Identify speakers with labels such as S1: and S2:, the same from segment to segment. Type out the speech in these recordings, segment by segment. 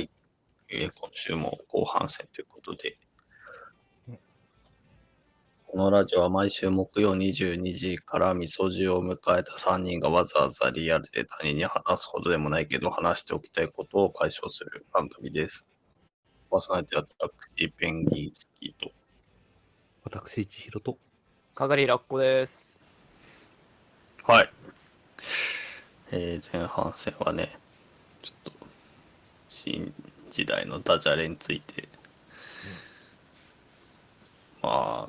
S1: えー今週も後半戦ということで、このラジオは毎週木曜22時からみそ汁を迎えた3人がわざわざリアルで他人に話すほどでもないけど、話しておきたいことを解消する番組です。パーソナリティは私、ペンギンスキーと。
S2: 私、千尋と。
S3: かがりラッコです。
S1: はい。えー前半戦はね、ちょっと、新時代のダジャレについて、まあ、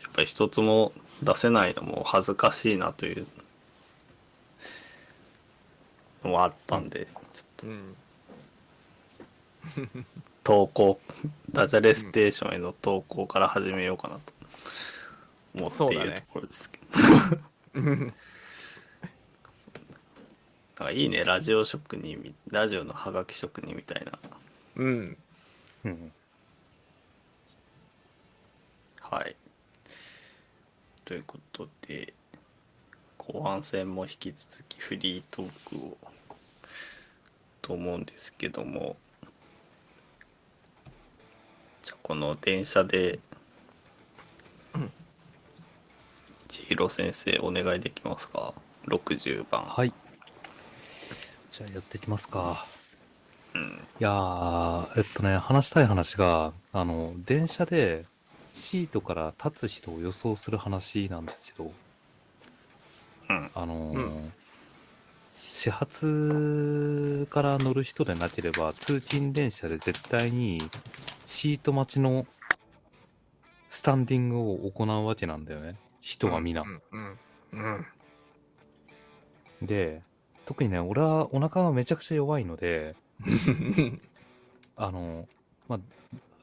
S1: やっぱり一つも出せないのも恥ずかしいなというのもあったんで、
S3: うん。
S1: 投稿、ダジャレステーションへの投稿から始めようかなと思ってい
S3: そうだ
S1: ると
S3: ね
S1: ころですけど。なんかいいね、ラジオ職人み、ラジオのハガキ職人みたいな。
S3: うん。
S2: うん。
S1: はい。ということで、後半戦も引き続きフリートークをと思うんですけども、じゃあこの電車で、千尋先生お願いできますか ?60 番。
S2: はい。じゃあ、やっていきますか。
S1: うん。
S2: いやー、えっとね、話したい話が、あの、電車でシートから立つ人を予想する話なんですけど、
S1: うん。
S2: あのー
S3: う
S2: 始発から乗る人でなければ、通勤電車で絶対にシート待ちのスタンディングを行うわけなんだよね。人は皆。
S3: うん。うん。うん。
S2: で、特にね、俺はお腹がめちゃくちゃ弱いので、あの、まあ、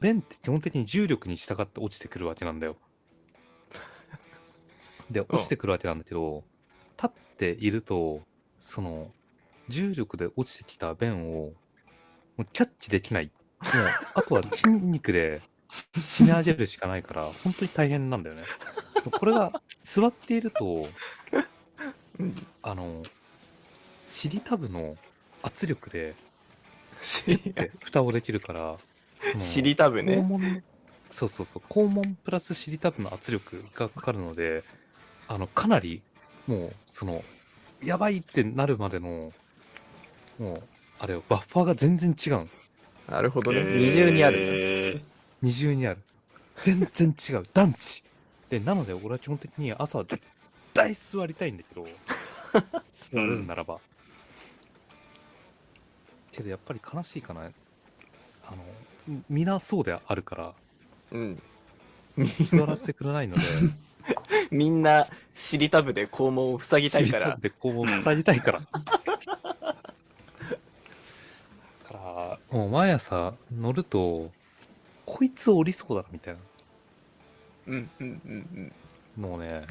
S2: 便って基本的に重力に従って落ちてくるわけなんだよ。で、落ちてくるわけなんだけど、立っていると、その、重力で落ちてきた便を、もうキャッチできない。もう、あとは筋肉で締め上げるしかないから、本当に大変なんだよね。これが、座っていると、
S3: うん
S2: あの、尻タブの圧力で、
S3: し
S2: で蓋をできるから、その
S3: 尻タブ
S2: 肛
S3: ね。
S2: 門のそうそうそう肛門プラス尻タブの圧力がかかるのであのかなりもうそのやばいってなるまでのもうあれよバッファーが全然違う
S3: なるほどね。
S1: えー
S3: 二重にある。
S2: 二重にある全然違う団地でなので俺は基本的に朝は絶対座りたいん だけど座れるならば、けどやっぱり悲しいかなあのみ皆そうであるから
S3: うん。
S2: 座らせてくれないので
S3: みんな尻タブで肛門を塞ぎたいか
S2: 知
S3: ら
S2: り。でこう塞ぎたい から。だから、もう毎朝乗ると、こいつ降りそうだな、みたい
S3: うんうんうん
S2: なのをね、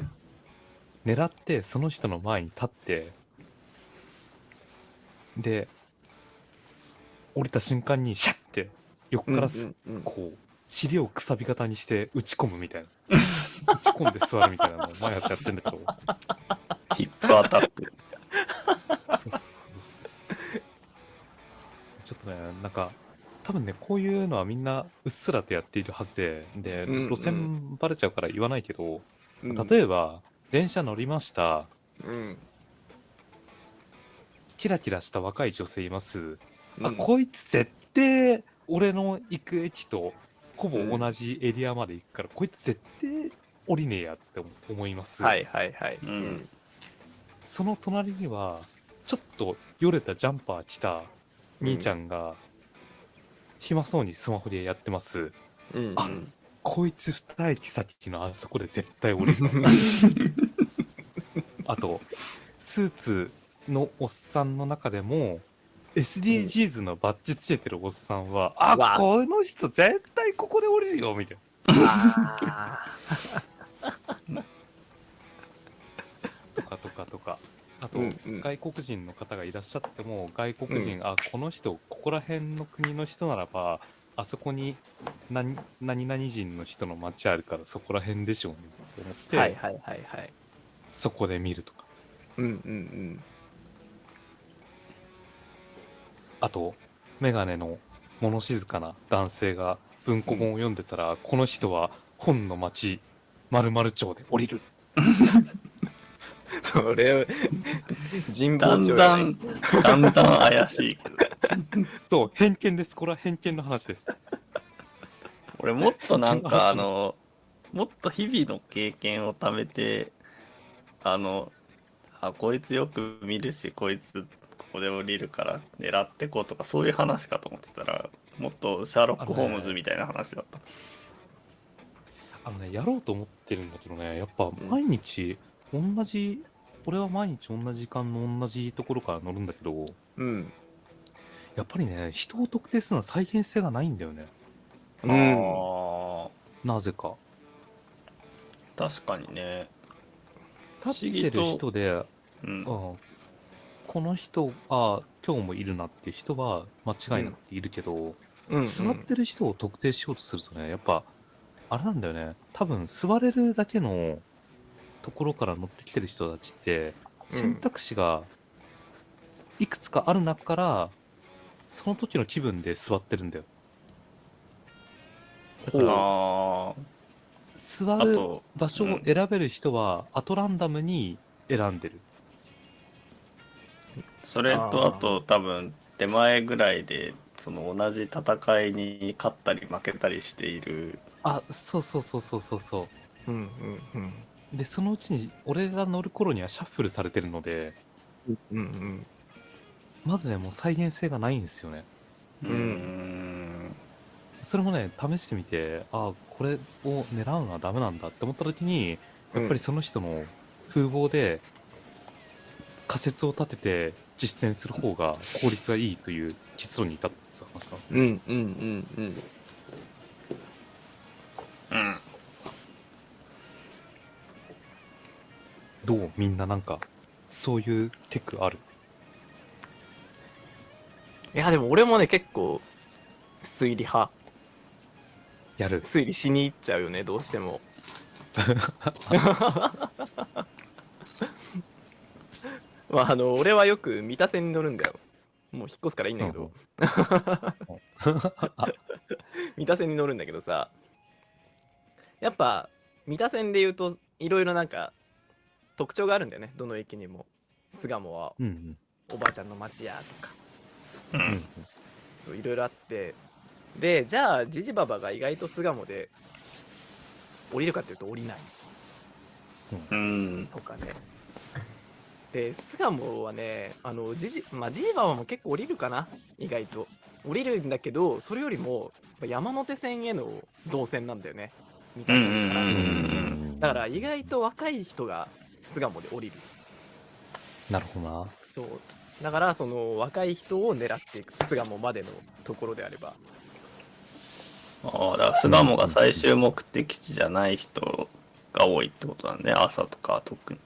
S2: 狙ってその人の前に立って、で、降りた瞬間にシャッて、横
S3: うん。
S2: からす、
S3: うんうん
S2: こう、尻をくさび型にして打ち込むみたいな。打ち込んで座るみたいなのを毎朝やってんだけど。
S1: ヒップアタッ ク。
S2: そうそうそうそうちょっとねなんか多分ねこういうのはみんなうっすらとやっているはずでで
S3: うんうん
S2: 路線バレちゃうから言わないけど、
S3: うん。
S2: 例えば電車乗りました
S3: うん。
S2: キラキラした若い女性います、
S3: うん
S2: あこいつ絶対俺の行く駅とほぼ同じエリアまで行くから、こいつ絶対降りねえやって思思います、
S3: はいはいはい。
S1: うん
S3: うん。
S2: その隣にはちょっとよれたジャンパー着た兄ちゃんが暇そうにスマホでやってます、
S3: うん。
S1: あ
S3: うん
S2: こいつ二駅先のあそこで絶対俺 あとスーツのおっさんの中でも SDGs のバッジつけてるおっさんは、
S3: うわ
S2: あこの人絶対ここで降りるよみたい
S3: あ
S2: なとかとかとかあ
S3: ー
S2: と、
S3: うんうん
S2: 外国人の方がいらっしゃっても外国人、あこの人ここら辺の国の人ならばあそこに何何々人の人の街あるからそこら辺 でしょうねって思って、
S3: はいはいはいはい。
S2: そこで見るとか
S3: うんうん
S2: あと眼鏡の物静かな男性が文庫本を読んでたら、この人は本の町、〇〇町で降りる。
S3: そ れ、人
S1: だ
S3: 望
S1: ん
S3: 町
S1: だ
S3: やね
S1: ん、だんだん怪しいけど。
S2: そう、偏見です。これは偏見の話です。
S1: 俺もっとなんかあの、もっと日々の経験を貯めて、あの、あ、こいつよく見るし、こいつここで降りるから狙ってこうとか、そういう話かと思ってたら、もっとシャーロック・ホームズみたいな話だった。
S2: あのね、やろうと思ってるんだけどね、やっぱ毎日、同じ、俺は毎日同じ時間の同じところから乗るんだけど、
S3: うん。
S2: やっぱりね、人を特定するのは再現性がないんだよね。
S3: うん。
S1: あ
S2: なぜか。
S1: あ、確かにね。
S2: 立ってる人で、
S1: うん。
S2: うん、この人あ今日もいるなっていう人は間違いなくいるけど、
S3: うん。
S2: 座ってる人を特定しようとするとねやっぱあれなんだよね多分座れるだけのところから乗ってきてる人たちって
S3: うん
S2: 選択肢がいくつかある中からその時の気分で座ってるんだよだから
S1: あ
S2: 座
S1: あ、あ
S2: る
S1: と、
S2: 場所を選べる人はアトランダムに選んでる
S1: それとあ
S3: あー
S1: と多分手前ぐらいでその同じ戦いに勝ったり負けたりしている
S2: あそうそうそうそうそうそう
S3: うんうんうん。
S2: でそのうちに俺が乗る頃にはシャッフルされてるので
S3: うんうん。
S2: まずねもう再現性がないんですよね
S1: う
S3: うん
S1: ーん
S2: それもね試してみてああこれを狙うのはダメなんだって思った時にやっぱりその人の風貌で仮説を立てて実践する方が効率がいいという結論に至ったって話なんです
S3: う
S2: よ、
S3: んうんうんうん。
S1: うん
S2: どうみんななんかそういうテクある
S3: いや、でも俺もね、結構、推理派。
S2: やる
S3: 推理しに行っちゃうよね、どうしても。まあ、あの、俺はよく三田線に乗るんだよ。もう引っ越すからいいんだけど、三田線に乗るんだけどさ、やっぱ、三田線で言うと、いろいろなんか、特徴があるんだよね、どの駅にも。巣鴨は
S2: うんうん
S3: おばあちゃんの町やとか、
S1: う
S2: うんん
S3: そういろいろあって、で、じゃあ、ジジババが意外と巣鴨で降りるかっていうと降りない。
S1: うん
S3: とかね。で、巣鴨はね、あの、ジジ、まあ、ジーバーも結構降りるかな、意外と。降りるんだけど、それよりも、やっぱ山手線への動線なんだよね。三田線から。
S1: うんうんうん
S2: うん
S3: だから、意外と若い人が巣鴨で降りる。
S2: なるほどな
S3: そう。だから、その、若い人を狙っていく。巣鴨までのところであれば。
S1: ああだから巣鴨が最終目的地じゃない人が多いってことなんね朝とか特に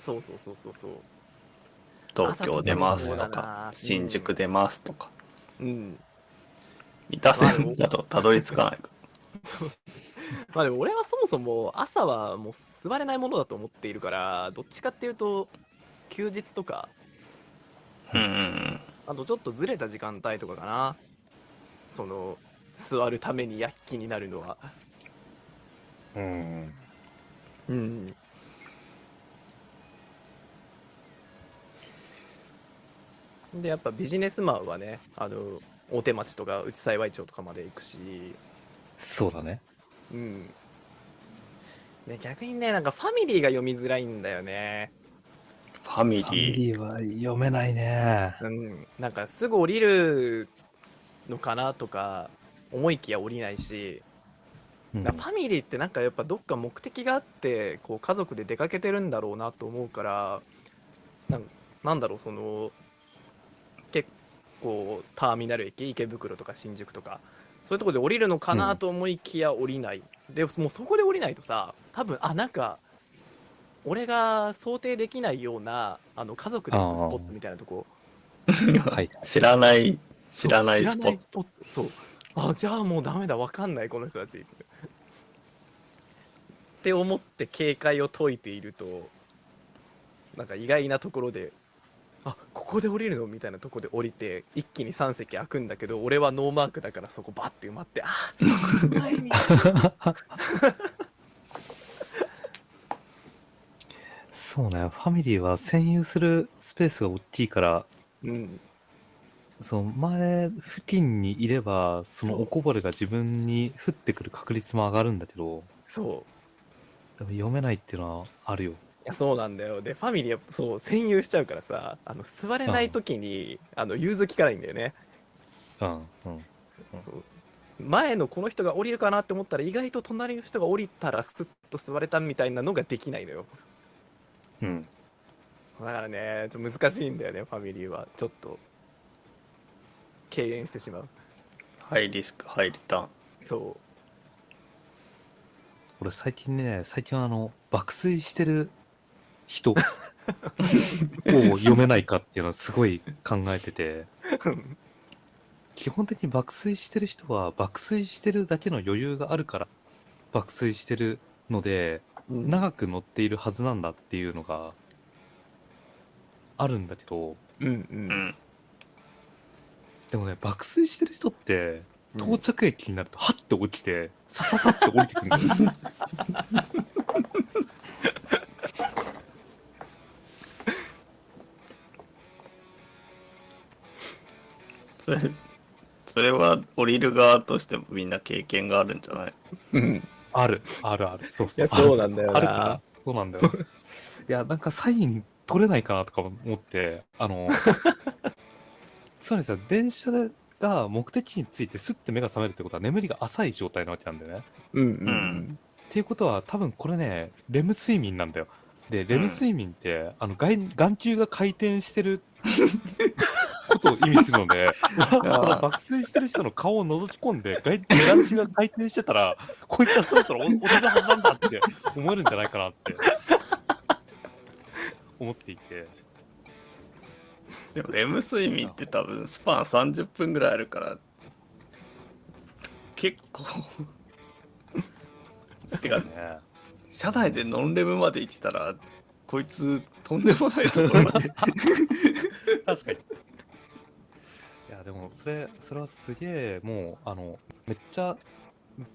S3: そうそうそうそうそう。
S1: 東京出ます
S2: 朝
S1: と
S2: と
S3: か
S1: か
S3: もそうだな
S1: 新宿出ますとか
S3: うん。
S1: 三田線だとたどり着かないか
S3: そうまあでも俺はそもそも朝はもう座れないものだと思っているからどっちかっていうと休日とから
S1: うんうん
S3: あとちょっとずれた時間帯とかかなその座るために躍起になるのは
S2: うん
S3: うんでやっぱビジネスマンはねあの大手町とか内幸町とかまで行くし
S2: そうだね
S3: うんね逆にねなんかファミリーが読みづらいんだよね
S1: ファミリー
S2: ーは読めないね
S3: うん、なんかすぐ降りるのかなとか思いきや降りないし、
S2: うん
S3: なんかファミリーってなんかやっぱどっか目的があってこう家族で出かけてるんだろうなと思うからなんなんだろうその結構ターミナル駅池袋とか新宿とかそういうところで降りるのかなと思いきや降りない、でもうそこで降りないとさ多分あなんか俺が想定できないようなあの家族で行くスポットみたいなとこ
S2: はい
S1: 知らない知らないスポット
S3: ットそうあじゃあもうダメだわかんないこの人たちって思って警戒を解いているとなんか意外なところであここで降りるのみたいなとこで降りて一気に3席開くんだけど俺はノーマークだからそこバッて埋まってあー前に
S2: そうね、ファミリーは占有するスペースが大きいから、
S3: うん
S2: その前付近にいれば、その
S3: そう
S2: おこぼれが自分に降ってくる確率も上がるんだけど、
S3: そう
S2: でも読めないっていうのはあるよ。
S3: いやそうなんだよでファミリーはそう占有しちゃうからさあの座れない時に、あの融通きかないんだよね
S2: うん、うん。
S3: そう前のこの人が降りるかなって思ったら意外と隣の人が降りたらスッと座れたみたいなのができないのよ
S2: うん。
S3: だからねちょっと難しいんだよねファミリーはちょっと敬遠してしまう
S1: ハイリスク、ハイリターン。
S3: そう
S2: 俺最近ね、最近はあの、爆睡してる 人を読めないかっていうのをすごい考えてて、基本的に爆睡してる人は爆睡してるだけの余裕があるから爆睡してるので長く乗っているはずなんだっていうのがあるんだけど
S3: うんう
S1: うんん。
S2: でもね爆睡してる人って
S3: うん
S2: 到着駅になるとハッて起きてさささって降りてくるの
S1: それ、それは降りる側としてもみんな経験があるんじゃない
S3: うん
S2: あるあるあるそうそう
S3: いやそうなんだよな
S2: あるからそうなんだよいやなんかサイン取れないかなとか思ってあ のつまりさ電車が目的地についてすって目が覚めるってことは眠りが浅い状態なわけなんだよね
S3: うん
S1: ん
S2: っていうことは多分これねレム睡眠なんだよでレム睡眠って、あの眼眼球が回転してることを意味するのでその爆睡してる人の顔を覗き込んで眼眼球が回転してたらこいつはそろそろおお手が挟んだって思えるんじゃないかなって思っていて
S1: でもレム睡眠って多分スパン30分ぐらいあるから結構 てか
S2: そうね
S1: 車内でノンレムまで行ってたらこいつとんでもないところまで
S2: 確かに。いや、でも、それ、それはすげえ、もう、あの、めっちゃ、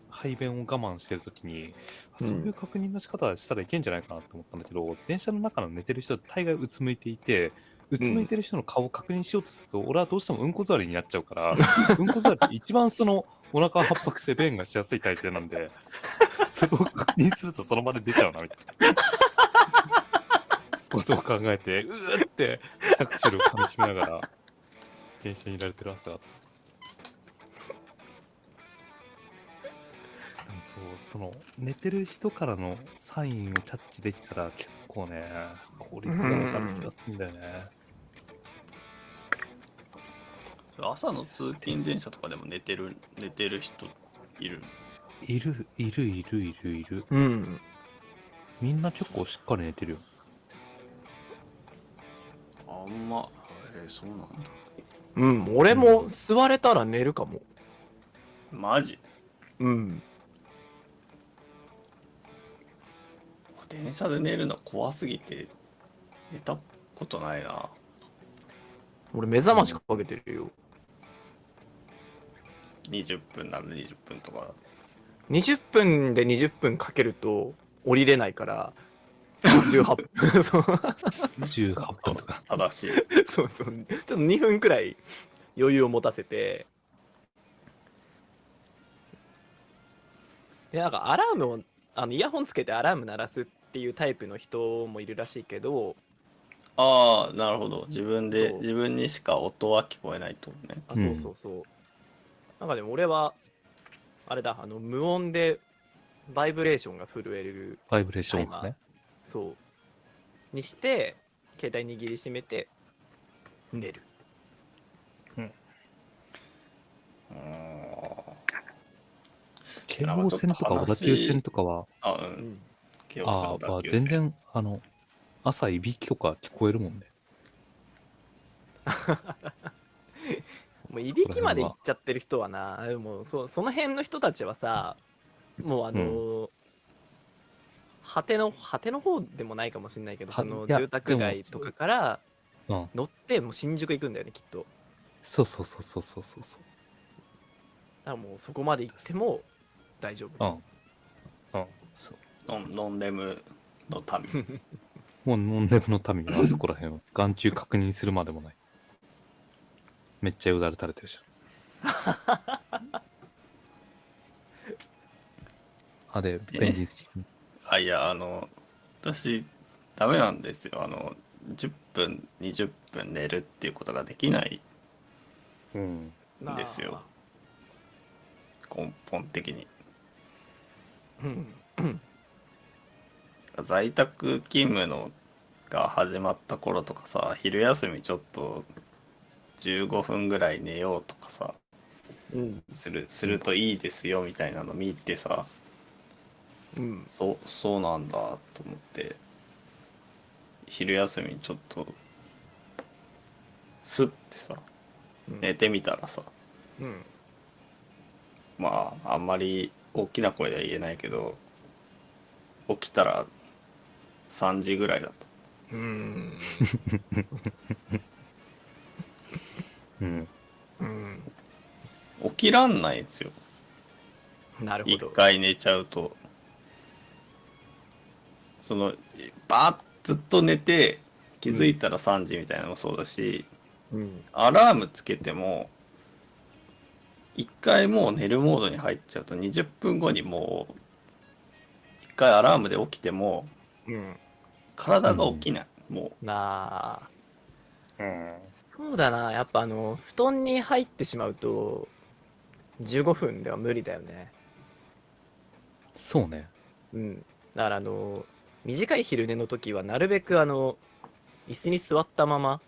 S2: 排便を我慢してるときに、
S1: うん
S2: そういう確認の仕方したらいけんじゃないかなと思ったんだけど、電車の中の寝てる人、大概うつむいていて、うつむいてる人の顔を確認しようとする と、俺はどうしてもうんこ座りになっちゃう から、うんこ座りって一番その、お腹を圧迫して便がしやすい体勢なんで、それを確認するとその場で出ちゃうな、みたいな。ことを考えて、うーって、作詞をかみしめながら、電車にいられてる朝があった。でもそう、その、寝てる人からのサインをキャッチできたら、結構ね、効率が上がる気がするんだよね。
S1: 朝の通勤電車とかでも寝てる寝てる人いる
S2: いる、いる、いる、いる、いる。
S3: うん
S2: みんな結構しっかり寝てるよ。
S1: あんまえー、そうなんだ
S3: うん俺も座れたら寝るかも
S1: マジ
S3: うん
S1: 電車で寝るの怖すぎて寝たことないな
S3: 俺目覚ましかけてるよ
S1: 20分なら20分とか
S3: 20分で20分かけると降りれないから18分 そう
S2: 18分とか。
S1: 正しい
S3: そうそうちょっと2分くらい余裕を持たせてでなんかアラームをあのイヤホンつけてアラーム鳴らすっていうタイプの人もいるらしいけど
S1: ああなるほど自分で
S3: そう
S1: 自分にしか音は聞こえないってことね
S3: あ
S2: うん
S3: そうそうそう、なんかでも俺はあれだあの無音でバイブレーションが震える
S2: バイブレーションがね。
S3: そうにして携帯握りしめて寝る
S2: 京王線とか小田急線とかは、
S1: あーあうん
S3: ん
S1: 気を
S2: あ
S1: 使
S2: あ
S1: う、
S2: 全然、あの、朝いびきとか聞こえるもんね。
S3: もういびきまで行っちゃってる人はな、でもそその辺の人たちはさ、もうあのー果ての果ての方でもないかもしれないけど、
S2: は
S3: その
S2: いや
S3: 住宅街とかから
S2: うん
S3: 乗ってもう新宿行くんだよねきっとだか
S2: そうそうそうそうそうそうそう
S3: らもうそこまで行っても大丈
S2: う
S3: 夫
S2: んうんそう
S1: ノンノンレムの旅。
S2: もうノンレブの民はあそこら辺は眼中確認するまでもないめっちゃよだれ垂れてるじゃんあでベンジンスキー
S1: あ、いや、あの、私、ダメなんですよ。あの、10分、20分寝るっていうことができない、
S2: うん
S1: んですよ根本的に。
S3: うん
S1: 在宅勤務のが始まった頃とかさ、昼休みちょっと15分ぐらい寝ようとかさ、
S3: うん
S1: するするといいですよみたいなの見てさ、
S3: うん
S1: そうそうなんだと思って昼休みちょっとスッてさ
S3: うん
S1: 寝てみたらさ
S3: うん
S1: まああんまり大きな声では言えないけど起きたら3時ぐらいだった
S3: うん
S2: うん
S3: うん
S1: 起きらんないんですよ
S3: なるほ
S1: 一
S3: ど
S1: 回寝ちゃうとそのバーッずっと寝て気づいたら3時みたいなのもそうだし、
S3: うん
S1: アラームつけても一回もう寝るモードに入っちゃうと20分後にもう一回アラームで起きても
S3: うん
S1: 体が起きない、も
S3: なあ
S1: う、
S3: そうだな、やっぱあの、布団に入ってしまうと、15分では無理だよね。
S2: そうね
S3: うん。だからあの、短い昼寝の時は、なるべくあの、椅子に座ったまま、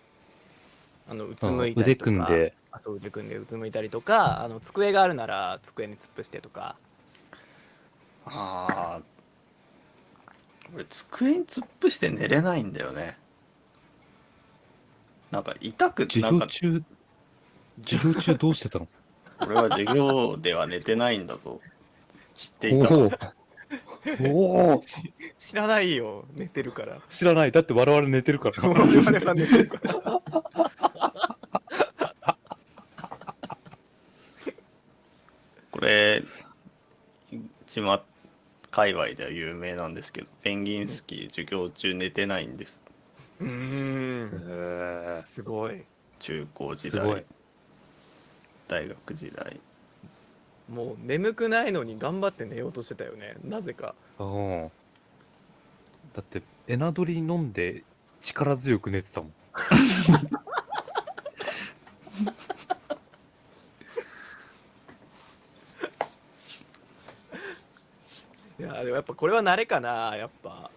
S3: あの、うつむいた
S2: 腕
S3: りとか、
S2: 組んで
S3: あ、そう、腕組んでうつむいたりとか、あの、机があるなら、机に突っ伏してとか、
S1: ああ俺机に突っ伏して寝れないんだよねなんか痛く
S2: 授
S1: なん
S2: 業
S1: か
S2: 中授業中どうしてたの
S1: 俺は授業では寝てないんだと知っていた
S2: おおおお
S3: し知らないよ、寝てる から。
S2: 知らないだって我々寝てるから
S3: 我々は寝てるから。
S1: これちま界隈では有名なんですけどペンギンスキー授業中寝てないんです
S3: うーん、
S2: え
S3: すごい。
S1: 中高時
S2: すごい
S1: 代大学時代
S3: もう眠くないのに頑張って寝ようとしてたよね、なぜか。
S2: うんだってエナドリ飲んで力強く寝てたもん
S3: いやでもやっぱこれは慣れかなやっぱ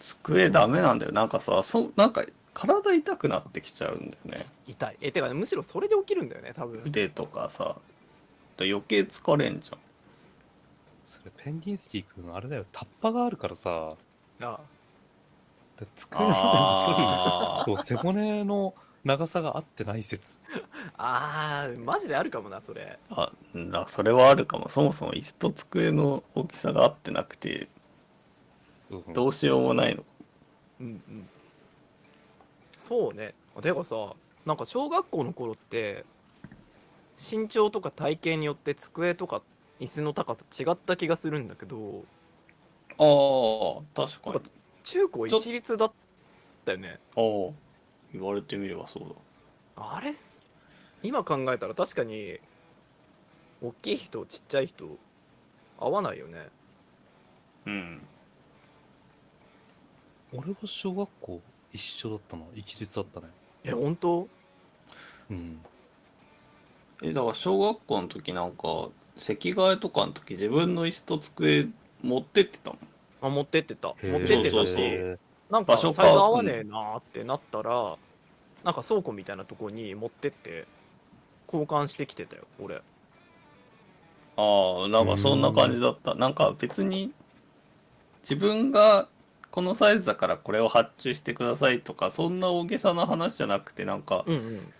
S1: 机ダメなんだよなんかさそなんか体痛くなってきちゃうんだよね
S3: 痛いえてかねむしろそれで起きるんだよね多分
S1: 腕とかさ余計疲れんじゃん
S2: それペンギンスキー君あれだよタッパがあるからさ
S3: あ
S2: だ机の距離
S1: あー
S2: と背骨の長さが合ってない説
S3: あーマジであるかもなそれ
S1: あなそれはあるかもそもそも椅子と机の大きさが合ってなくて
S2: うん
S1: どうしようもないの
S3: うんうんそうねてかさなんか小学校の頃って身長とか体型によって机とか椅子の高さ違った気がするんだけど
S1: ああ確かに
S3: 中高一律だったよね
S1: ああ言われてみればそうだ
S3: あれす今考えたら確かに大きい人ちっちゃい人合わないよね
S1: うん
S2: 俺は小学校一緒だったな一律だったね
S3: え本当
S2: うん
S1: えだから小学校の時なんか席替えとかの時自分の椅子と机持ってってたもん
S3: あ持ってってた
S2: へー
S3: 持ってって
S1: そう
S3: た
S1: そう
S3: し
S1: そう
S3: なんか
S1: 場
S3: サ
S1: 所
S3: イズ
S1: 変わ
S3: 合わねえなーってなったらなんか倉庫みたいなとこに持ってって交換してきてたよ俺
S1: ああなんかそんな感じだったなんか別に自分がこのサイズだからこれを発注してくださいとかそんな大げさな話じゃなくてなんか、
S3: うんうん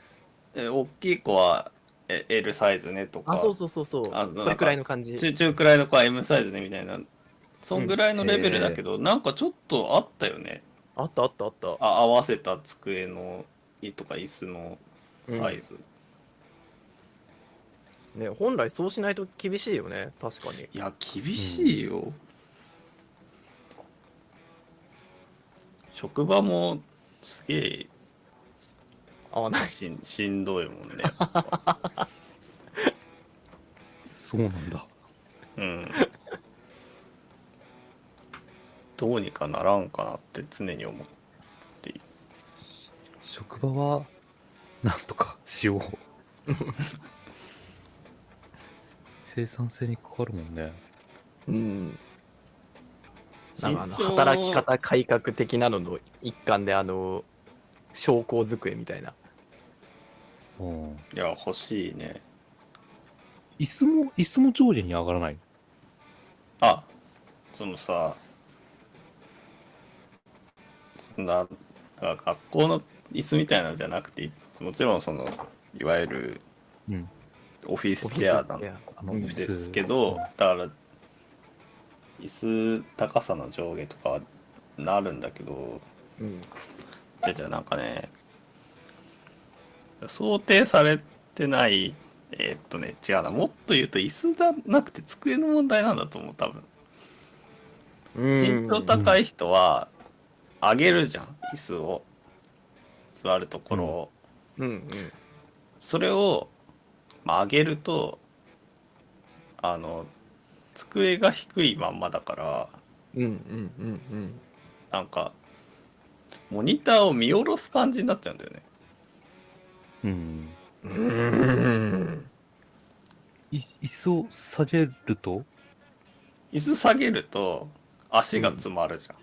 S1: え大きい子はえ L サイズねとか
S3: あそうそうそうそう
S1: あなんか
S3: それくらいの感じ
S1: 中中くらいの子は M サイズねみたいなそんぐらいのレベルだけど、なんかちょっとあったよね
S3: あったあったあった
S1: あ合わせた机の椅とか椅子のサイズ、
S3: ね本来そうしないと厳しいよね確かに
S1: いや厳しいよ、職場もすげえ
S3: 合わない
S1: しんしんどい もんね
S2: そうなんだ。
S1: うんどうにかならんかなって常に思う
S2: 職場は、なんとかしよう。 生産性に関わるもんね。
S3: うんなんかあの
S1: 身長
S3: 働き方改革的なのの一環であの昇降机みたいな
S2: うん。
S1: いや欲しいね
S2: 椅子も、椅子も上下に上がらない。
S1: あそのさそんななんか学校の椅子みたいなのじゃなくてもちろんそのいわゆる
S2: うん。
S1: オフィス
S3: オフィス
S1: チェアなん
S3: チェア
S2: あの
S3: うん
S2: 椅子
S1: ですけどだから椅子高さの上下とかはなるんだけど
S3: うん
S1: でじゃあなんかね想定されてないえーっとね違うなもっと言うと椅子じゃなくて机の問題なんだと思う多分身長高い人は上げるじゃん椅子を座るところを、
S3: うんうん
S1: それを、まあ、上げるとあの机が低いまんまだから
S3: うんうんうんうん
S1: なんかモニターを見下ろす感じになっちゃうんだよね
S2: うん。
S3: うん
S2: い椅子を下げると、
S1: 椅子下げると足が詰まるじゃん、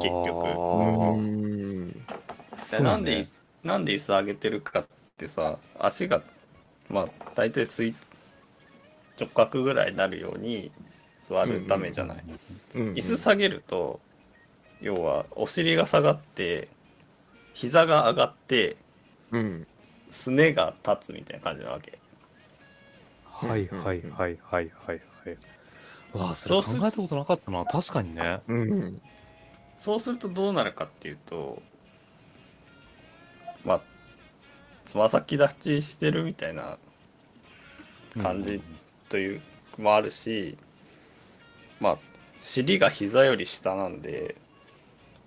S1: 結局
S3: うん
S1: でなんで椅子なんで椅子上げてるかってさ足がまあ大体垂直角ぐらいになるように座るためじゃない、
S3: うん
S1: 椅子下げると要はお尻が下がって膝が上がって
S3: うん
S1: すねが立つみたいな感じなわけ
S2: はいはいはいはいはいはい。わあ、そ
S1: そう
S2: れ
S1: する
S2: 考えたことなかったな。確かにね。
S3: うん
S1: そうするとどうなるかっていうとまあつま先立ちしてるみたいな感じというもあるしまあ尻が膝より下なんで、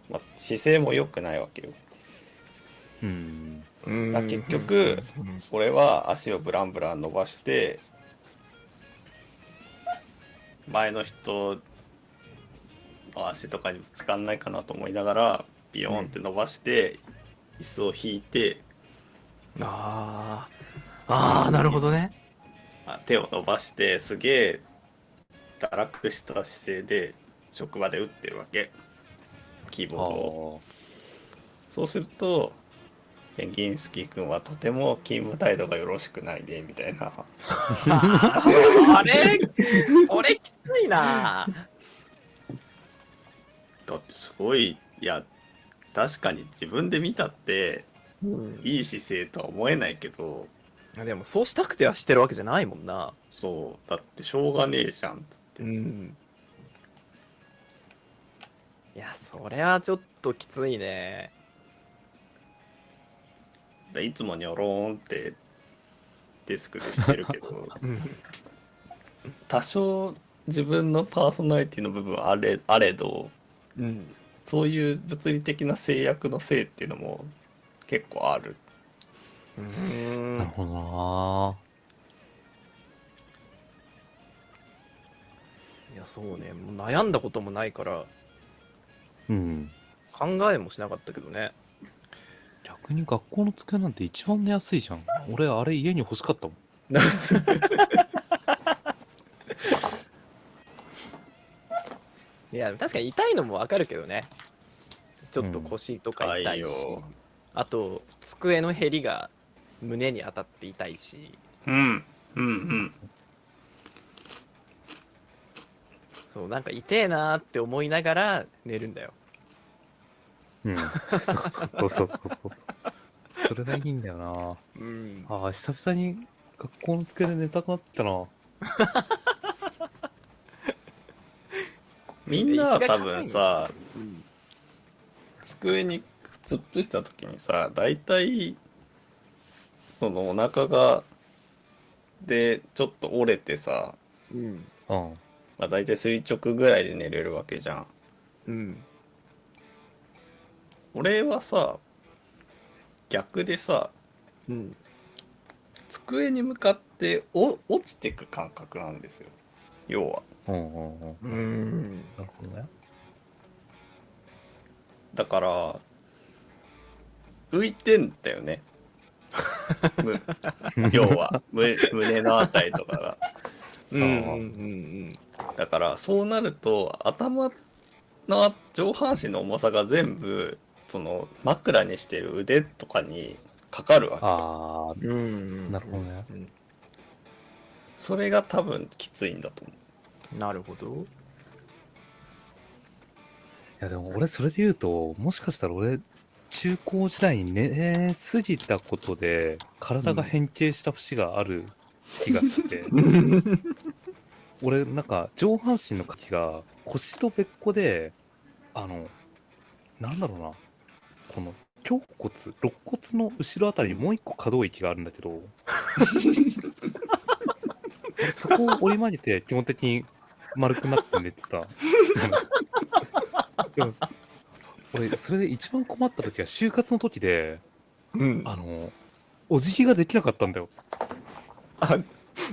S1: まあ、姿勢も良くないわけよ
S2: うん。
S3: うん
S1: だから結局俺は足をブランブラン伸ばして前の人の足とかにぶつかんないかなと思いながらビヨーンって伸ばして、椅子を引いて
S3: あーあーなるほどね
S1: あ手を伸ばしてすげえ堕落した姿勢で職場で打ってるわけキーボー
S2: あ
S1: ドを。そうすると、ペンギンスキー君はとても勤務態度がよろしくないで、みたいな。
S3: あれこれきついな
S1: だってすごい、いや、確かに自分で見たって、いい姿勢とは思えないけど、
S3: でもそうしたくてはしてるわけじゃないもんな
S1: そう、だってしょうがねえじゃん、つって。
S3: んいやそれはちょっときついね
S1: でいつもニョローンってデスクでしてるけ ど、多少自分のパーソナリティの部分はあれあれど、
S3: うん
S1: そういう物理的な制約のせいっていうのも結構ある。
S3: う
S2: あ
S3: ん
S2: なるほどない
S3: やそうねもう悩んだこともないから
S2: うん。
S3: 考えもしなかったけどね
S2: 逆に学校の机なんて一番寝やすいじゃん。俺、あれ家に欲しかったもん。
S3: いや確かに痛いのもわかるけどねちょっと腰とか痛い
S1: う
S3: し、
S1: ん痛いよ
S3: あと机のへりが胸に当たって痛いし
S1: うん、うん、うん。
S3: そうなんか痛えなーって思いながら寝るんだよ
S2: うん。そうそうそうそうそう。それがいいんだよな
S3: うん
S2: ああ、久々に学校の机で寝たくなったな。
S1: みんなは多分さ
S3: うん
S1: 机にくっ突っ伏した時にさ大体そのお腹がでちょっと折れてさ、
S3: うん
S2: うん。
S1: まあ、大体垂直ぐらいで寝れるわけじゃん
S3: うん
S1: 俺はさ逆でさ
S3: うん
S1: 机に向かってお落ちてく感覚なんですよ要は
S2: うんうんうん。
S3: うん
S2: なるほどね。
S1: だから浮いてんだよねむ 要はむ胸のあたりとかが
S3: うんうん
S1: だからそうなると頭の上半身の重さが全部その枕にしてる腕とかにかかるわけ
S2: あ
S3: うんうん
S2: あ、なるほどね。
S1: それが多分きついんだと思
S3: なるほど
S2: いやでも俺それで言うと、もしかしたら俺、中高時代に寝すぎたことで、体が変形した節がある気がして、俺なんか上半身の時が腰とべっこで、あの、なんだろうな、この胸骨、肋骨の後ろあたりにもう一個可動域があるんだけど、そこを折り曲げて基本的に丸くなって寝てた。でも俺それで一番困った時は就活の時で
S3: うん
S2: あのお辞儀ができなかったんだよ
S3: あ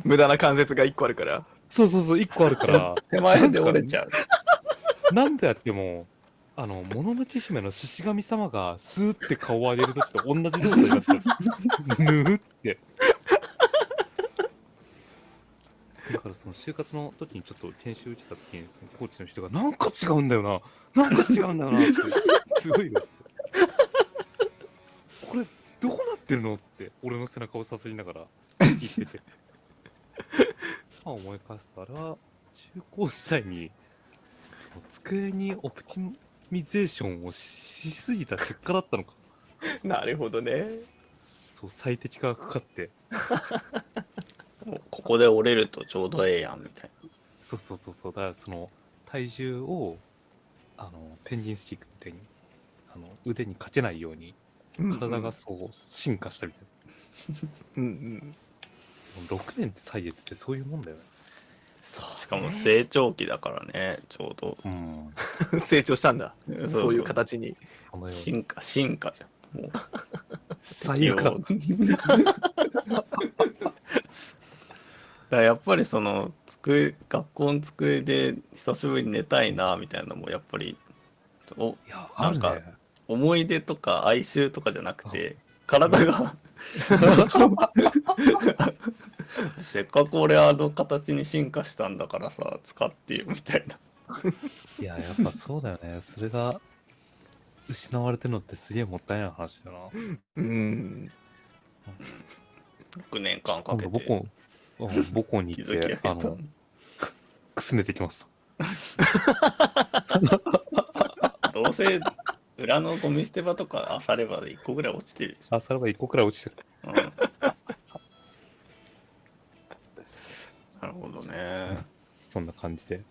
S3: 無駄な関節が一個あるから
S2: そうそうそう1個あるから
S1: う手前で折れち ゃう
S2: 何度やってもあのもののけ姫の獅子神様がスーって顔を上げる時と同じ動作になっちゃうぬーってだからその就活の時にちょっと研修受けた時にそのコーチの人がなんか違うんだよななんか違うんだよなってすごいよこれどうなってるのって俺の背中をさすりながら言っててまあ思い返すとあれは中高時代にその机にオプティミゼーションをしすぎた結果だったのか
S3: なるほどね
S2: そう最適化がかかって
S1: もうここで折れるとちょうどええやんみたい
S2: そうそうそうそうだからその体重をあのペンギンスティックみたいにあの腕にかけないように体がそう進化したみたい
S3: うんうん
S2: な、もう6年って歳月ってそういうもんだよね
S3: そ
S1: なし
S3: う
S1: かも成長期だからねちょうど
S2: うん
S3: 成長したんだ
S1: そう
S3: そういう形に
S2: そのように
S1: 進化進化じゃんもう
S2: 最悪だ
S1: 適応だからやっぱりその机学校の机で久しぶりに寝たいなみたいなのもやっぱりお
S2: いや
S1: な
S2: ある
S1: ん
S2: ね
S1: か思い出とか哀愁とかじゃなくて体がせっかく俺あの形に進化したんだからさ使ってよみたいない
S2: ややっぱそうだよねそれが失われてるのってすげえもったいない話だな
S3: うん
S1: 6年間か
S2: 今
S1: け
S2: 度
S1: て
S2: 母校うん母校に
S1: 気
S2: 行っ
S1: づき上げ
S2: て
S1: た
S2: あのくすねてきます
S1: どうせ裏のゴミ捨て場とかあされば1個ぐらい落ちてるでしょ
S2: あ、さらば一個くらい落ちてる。
S1: うんなるほどね。
S2: そんな感じで。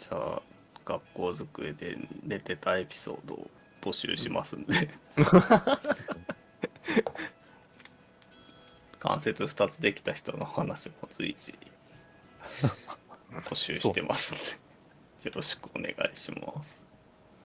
S1: じゃあ、学校机で寝てたエピソードを募集しますんで。関節2つできた人の話も随時募集してますんで。よろしくお願いします。